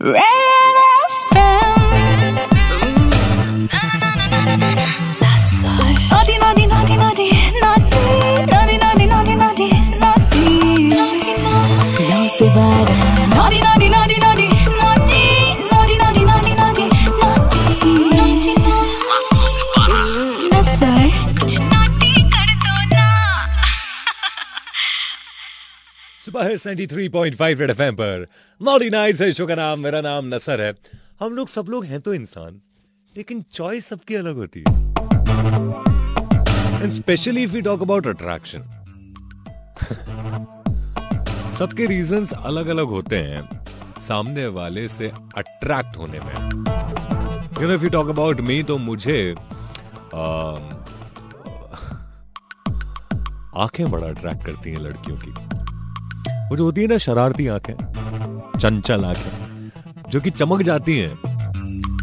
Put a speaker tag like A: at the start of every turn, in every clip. A: Red FM. 어디 어디 어디 어디 어디 어디 어디 어디 어디 어디 어디 어디 어디 어디 어디 어디 어디 어디 어디 낯설 naughty कर दो ना
B: सुबह है 93.5 रेड एफएम पर नॉटी नाइट्स है शो का नाम मेरा नाम नसर है हम लोग सब लोग हैं तो इंसान लेकिन चॉइस सबकी अलग होती है and specially if we talk about attraction सबके रीजंस अलग अलग होते हैं सामने वाले से अट्रैक्ट होने में you know if you talk about me तो मुझे अम, आंखें बड़ा अट्रैक्ट करती हैं लड़कियों की वो जो होती है ना शरारती आंखें चंचल आंखें जो कि चमक जाती हैं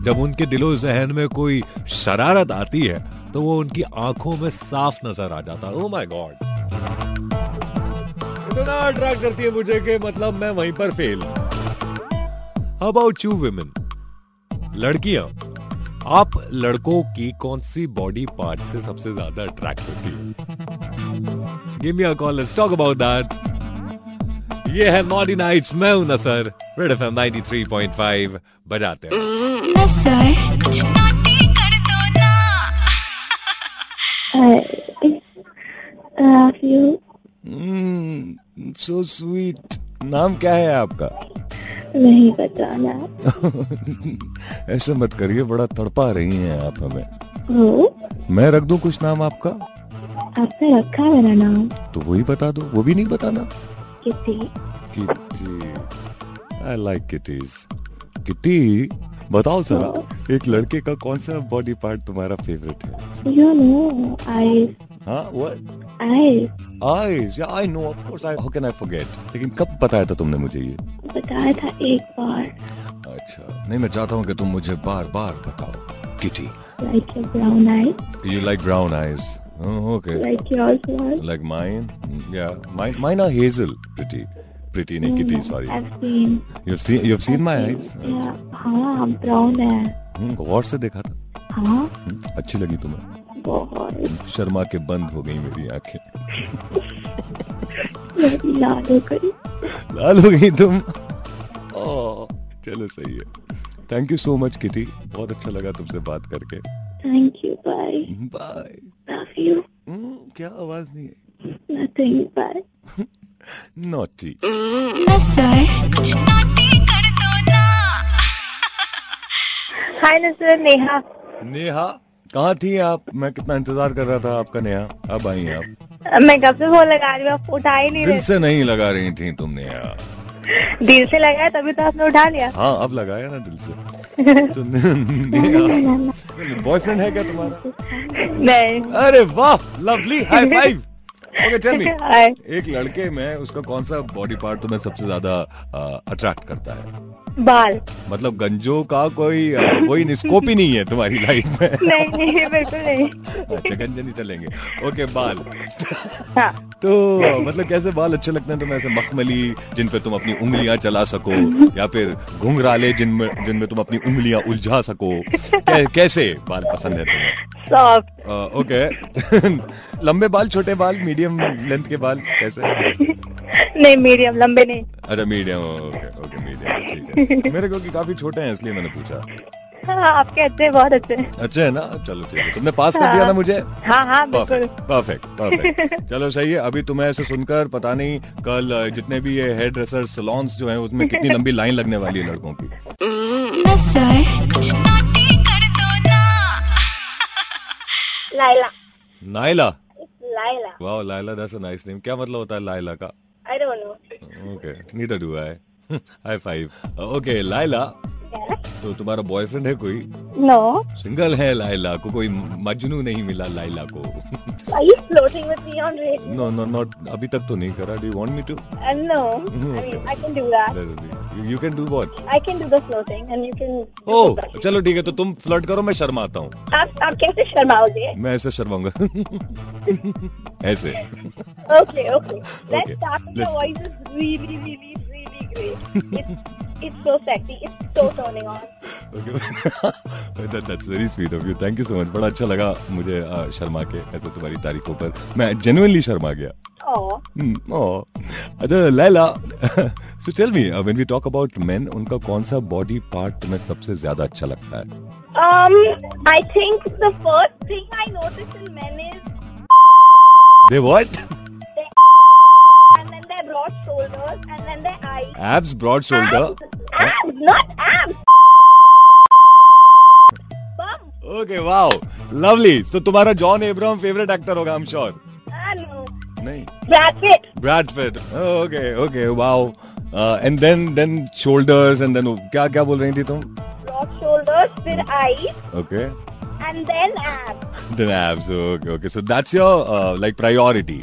B: जब उनके दिलो जहन में कोई शरारत आती है तो वो उनकी आंखों में साफ नजर आ जाता है Oh ओ माय गॉड इतना अट्रैक्ट करती है मुझे कि मतलब मैं वहीं पर फेल अबाउट यू women लड़कियां आप लड़कों की कौन सी बॉडी पार्ट से सबसे ज्यादा अट्रैक्ट होती है give me a call let's talk about that ये है मॉडी नाइट्स मैं हूं नसर रेड एफ एम 93.5 बजाते हैं
A: नसर कुछ naughty कर दो ना
C: I love you,
B: so sweet Hmm, नाम क्या है आपका
C: नहीं बताना
B: ऐसे मत करिए बड़ा तड़पा रही हैं आप हमें
C: हो
B: मैं रख दूं कुछ नाम आपका
C: आपने रखा है ना नाम
B: तो वही बता दो वो भी नहीं बताना
C: किसी
B: Kitty I like kitties Kitty बताओ जरा एक लड़के का कौन सा बॉडी पार्ट तुम्हारा फेवरेट है
C: यू नो आई
B: हाँ what
C: I
B: eyes. Yeah, I know. Of course, I. How can I forget? लेकिन कब बताया था तुमने मुझे ये
C: बताया था एक बार
B: अच्छा नहीं मैं चाहता हूँ कि तुम मुझे बार बार बताओ Kitty
C: like your brown eye
B: you like brown eyes okay
C: like your one
B: like mine या mine mine are hazel pretty pretty नहीं Kitty sorry
C: I seen
B: you seen you have seen my eyes
C: हाँ brown है
B: Hmm, गौर से देखा था
C: हाँ
B: हम्म, अच्छी लगी तुम्हें
C: बहुत
B: शर्मा के बंद हो गई मेरी आंखें
C: मेरी लाल हो गई
B: लाल हो गई तुम ओह, चलो सही है thank you so much Kitty बहुत अच्छा लगा तुमसे बात करके
C: thank you bye
B: bye
C: love you
B: हम्म, क्या आवाज नहीं है
C: नथिंग बाय
B: नॉटी
A: नसर कुछ naughty कर दो ना
C: हाय नसर नेहा
B: नेहा कहाँ थी आप मैं कितना इंतजार कर रहा था आपका नेहा अब आई हैं आप
C: मैं कब से फोन लगा रही हूँ आप उठा ही नहीं
B: दिल से नहीं लगा रही थी तुम नेहा
C: रहे दिल से लगाया तभी तो आपने उठा लिया
B: हाँ अब लगाया ना दिल से तो ने- नेहा बॉयफ्रेंड है क्या तुम्हारा
C: नहीं
B: अरे वाह lovely high five okay tell me
C: hi
B: एक लड़के में उसका कौन सा बॉडी पार्ट तुम्हें सबसे ज्यादा अट्रैक्ट करता है
C: बाल
B: मतलब गंजों का कोई अ, कोई स्कोप ही नहीं है तुम्हारी लाइफ में
C: नहीं नहीं बिल्कुल नहीं
B: अच्छा गंजे नहीं चलेंगे ओके बाल
C: हाँ
B: तो मतलब कैसे बाल अच्छे लगते हैं तुम्हें ऐसे मखमली जिन पे तुम अपनी उंगलियां चला सको या फिर घुंघराले जिनमें जिनमें तुम अपनी उंगलियां उलझा सको कै, कैसे बाल पसंद है तुम्हें
C: सॉफ्ट
B: अ, ओके लंबे बाल छोटे बाल मीडियम लेंथ के बाल कैसे
C: नहीं मीडियम लंबे नहीं
B: अच्छा मीडियम ओके ओके मीडियम ठीक है मेरे को कि काफी छोटे हैं इसलिए मैंने पूछा
C: हाँ आपके अच्छे हैं, बहुत अच्छे हैं।
B: अच्छा है ना चलो ठीक है तुमने पास कर दिया ना मुझे
C: हाँ हाँ बिल्कुल
B: परफेक्ट परफेक्ट परफेक्ट चलो सही है अभी तुम्हें ऐसे सुनकर पता नहीं कल अ, जितने भी ये हेयर ड्रेसर सलॉन्स जो हैं उसमें कितनी लंबी लाइन लगने वाली है लड़कों की
A: नसर कुछ naughty कर दो ना
C: लाइला
B: नायला
C: लाइला
B: वाह Laila that's a nice name क्या मतलब होता है लायला का तो
C: I don't know
B: okay neither do I high five okay लायला तो तुम्हारा बॉयफ्रेंड है कोई
C: नो
B: सिंगल है लायला को कोई मजनू नहीं मिला लायला को
C: I you floating with me on Red
B: No, no, not. अभी तक तो नहीं करा. Do you want me to?
C: No
B: okay.
C: I can do that
B: That'll be- You, you can do what?
C: I can do the floating and you can
B: Oh, चलो ठीक है तो तुम फ्लर्ट करो मैं शर्माता हूँ
C: आप आप कैसे शर्माओगे
B: मैं ऐसे शर्माऊंगा ऐसे
C: Okay, okay. Let's
B: Okay,
C: start with the
B: let's-
C: voice is really, really, really great. It's It's so sexy. It's so turning on.
B: That's very sweet of you thank you so much बड़ा अच्छा लगा मुझे आ, शर्मा के ऐसे तुम्हारी तारीफों पर मैं genuinely Sharma गया
C: Oh,
B: Hmm, aw. अच्छा लैला सो tell me when we talk about men उनका कौन सा बॉडी पार्ट तुम्हें सबसे ज्यादा अच्छा लगता है
C: um, I think the first thing I notice in men is
B: they what
C: their and then their broad shoulders and then their eyes.
B: Abs broad shoulder
C: Abs, not abs. Bum.
B: Okay wow lovely so तुम्हारा John Abraham favourite actor होगा I am sure
C: Ah, no.
B: नहीं
C: That's it.
B: Brad Pitt okay okay wow and then then shoulders and then क्या क्या बोल रही थी तुम
C: Broad shoulders, their eyes,
B: okay
C: and then abs.
B: Then abs. Okay, okay. So that's your uh, like priority.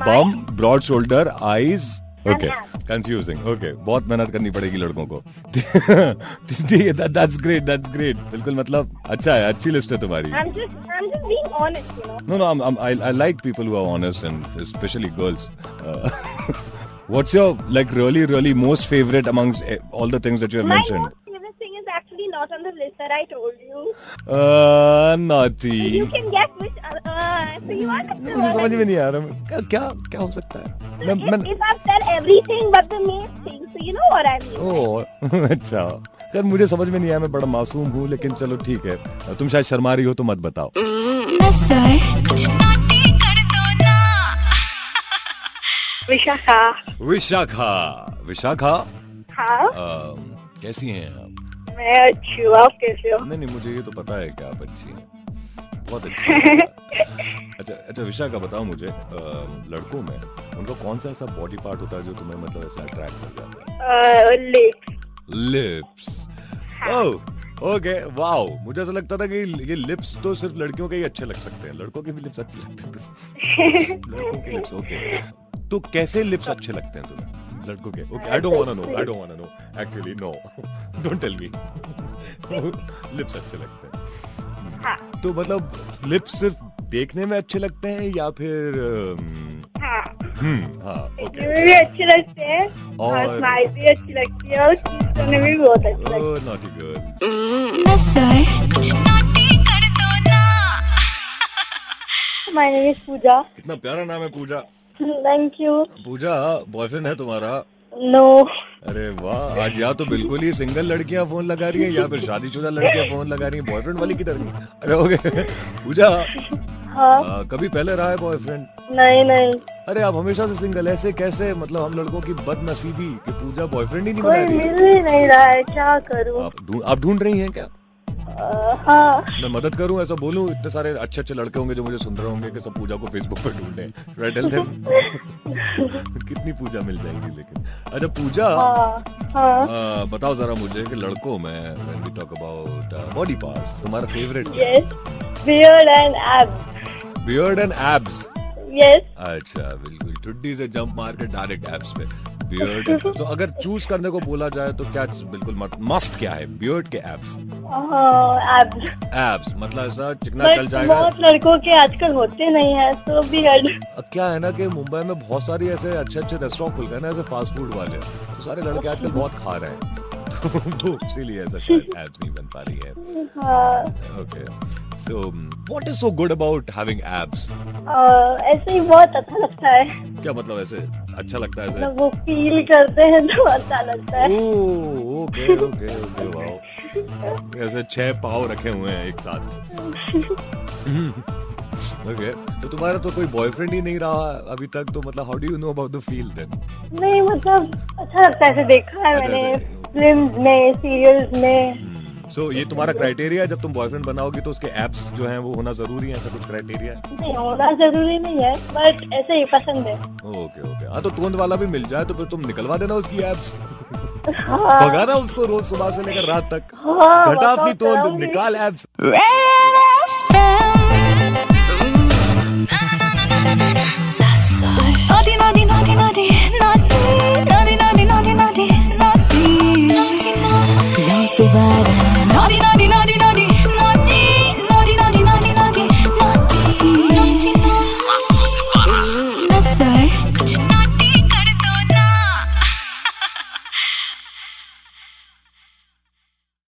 C: My-
B: Bum, broad shoulder, eyes.
C: And
B: Okay.
C: abs.
B: Confusing. Okay. बहुत मेहनत करनी पड़ेगी लड़कों को ठीक है दैट्स ग्रेट दैट्स ग्रेट बिल्कुल मतलब अच्छा है अच्छी लिस्ट है तुम्हारी
C: I'm just, I'm just being honest, you know.
B: No no I I like people who are honest and specially girls Uh, what's your like really really most favourite amongst all the things that you have
C: My
B: mentioned
C: most favorite thing is actually not on the list that I told you.
B: Naughty
C: You can guess which. Uh, uh, so you are the
B: मुझे समझ में
C: one.
B: नहीं आ रहा मैं- क्या क्या क्या हो सकता है
C: So
B: मैं- मैं-
C: if, if I've said everything but the main thing, so you know what I mean.
B: ओ अच्छा सर मुझे समझ में नहीं आया मैं बड़ा मासूम हूँ लेकिन चलो ठीक है तुम शायद शर्मा रही हो तो मत बताओ
C: Mm. Vishakha.
B: विशाखा विशाखा
C: हाँ
B: अम, कैसी हैं आप
C: मैं अच्छी हूँ आप कैसे हो
B: नहीं नहीं मुझे ये तो पता है कि आप अच्छी हैं बहुत अच्छी हैं। अच्छा अच्छा विशाखा बताओ मुझे अम, लड़कों में उनका कौन सा ऐसा बॉडी पार्ट होता है जो तुम्हें मतलब ऐसा अट्रैक्ट कर जाता है
C: like
B: lips oh okay wow Oh, मुझे ऐसा लगता था कि ये लिप्स तो सिर्फ लड़कियों के ही अच्छे लग सकते हैं लड़कों के भी लिप्स अच्छे लगते हैं लड़कों के लिप्स ओके तो कैसे लिप्स अच्छे लगते हैं तुम्हें लड़कों के okay I don't want to know I don't want to know actually no don't tell me lips अच्छे लगते
C: हाँ
B: हैं तो मतलब लिप्स सिर्फ देखने में अच्छे लगते हैं या फिर अम,
C: हाँ
B: हम्म हाँ
C: देखने
B: ओके
C: में भी अच्छे लगते हैं
B: और-
C: और स्माइल भी अच्छी लगती है और चीज करने में भी बहुत अच्छी लगती
B: ओह नॉटी गुड
C: है माय नेम इज पूजा
B: कितना प्यारा नाम है Pooja
C: thank you
B: Pooja boyfriend है तुम्हारा
C: नो
B: अरे वाह आज या तो बिल्कुल ही सिंगल लड़कियां फोन लगा रही हैं या फिर शादीशुदा लड़कियां फोन लगा रही हैं बॉयफ्रेंड वाली किधर गई अरे ओके पूजा
C: हाँ
B: आ, कभी पहले रहा है बॉयफ्रेंड
C: नहीं नहीं
B: अरे आप हमेशा से सिंगल ऐसे कैसे मतलब हम लड़कों की बदनसीबी कि पूजा बॉयफ्रेंड ही नहीं बना
C: कोई
B: रही है।
C: मिल ही नहीं रहा है क्या करूँ
B: आप ढूंढ आप ढूंढ रही हैं क्या
C: अ, हाँ
B: मैं मदद करूं ऐसा बोलूं इतने सारे अच्छे अच्छे लड़के होंगे जो मुझे सुन रहे होंगे कि सब पूजा को फेसबुक पर ढूंढे Should I tell them? कितनी पूजा मिल जाएंगी लेकिन अच्छा पूजा
C: हाँ हाँ
B: आ, बताओ जरा मुझे कि लड़कों में when we talk about body parts uh, तुम्हारा फेवरेट क्या
C: yes beard and abs
B: beard and abs
C: yes
B: अच्छा बिल्कुल टुड्डी से जंप मार के डायरेक्ट एब्स पे बियर्ड तो अगर चूज करने को बोला जाए तो क्या बिल्कुल मस्ट क्या है बियर्ड के एब्स
C: हाँ एब्स
B: एब्स मतलब ऐसा चिकना चल
C: बट
B: जाएगा
C: बहुत लड़कों के आजकल होते नहीं है तो बियर्ड
B: अ, क्या है ना कि मुंबई में बहुत सारी ऐसे अच्छे अच्छे रेस्टोरेंट खुल गए ना ऐसे फास्ट फूड वाले तो सारे लड़के आजकल बहुत खा रहे हैं तो- तो इसीलिए ऐसा शायद एब्स नहीं बन पा रही है
C: हाँ
B: Okay. So, what is so good about having abs?
C: और हाँ, ऐसे ही बहुत अच्छा लगता है
B: क्या मतलब ऐसे अच्छा लगता है ऐसे?
C: जब वो फील करते हैं तो अच्छा लगता है
B: ओह, Oh, okay, okay, okay, wow. ऐसे छह पाव रखे हुए हैं एक साथ ओके तो तुम्हारा तो कोई बॉयफ्रेंड ही नहीं रहा अभी तक तो मतलब how do you know about the feel then
C: नहीं मतलब अच्छा लगता है ऐसे देखा है
B: अच्छा,
C: मैंने
B: अच्छा।
C: फिल्म में सीरियल्स में
B: सो ये तुम्हारा क्राइटेरिया है जब तुम बॉयफ्रेंड बनाओगे तो उसके एब्स जो हैं वो होना जरूरी है ऐसा कुछ क्राइटेरिया है
C: नहीं होना जरूरी नहीं है बट ऐसे ही पसंद है
B: ओके ओके हाँ तो तुरंत वाला भी मिल जाए तो फिर तुम निकलवा देना उसकी एब्स
C: हाँ
B: भगाना उसको रोज सुबह से लेकर रात तक
C: हाँ,
B: घटा
C: बताओ,
B: अपनी तो
C: कराऊंगी।
B: निकाल abs
A: Naughty, naughty, naughty, naughty, naughty.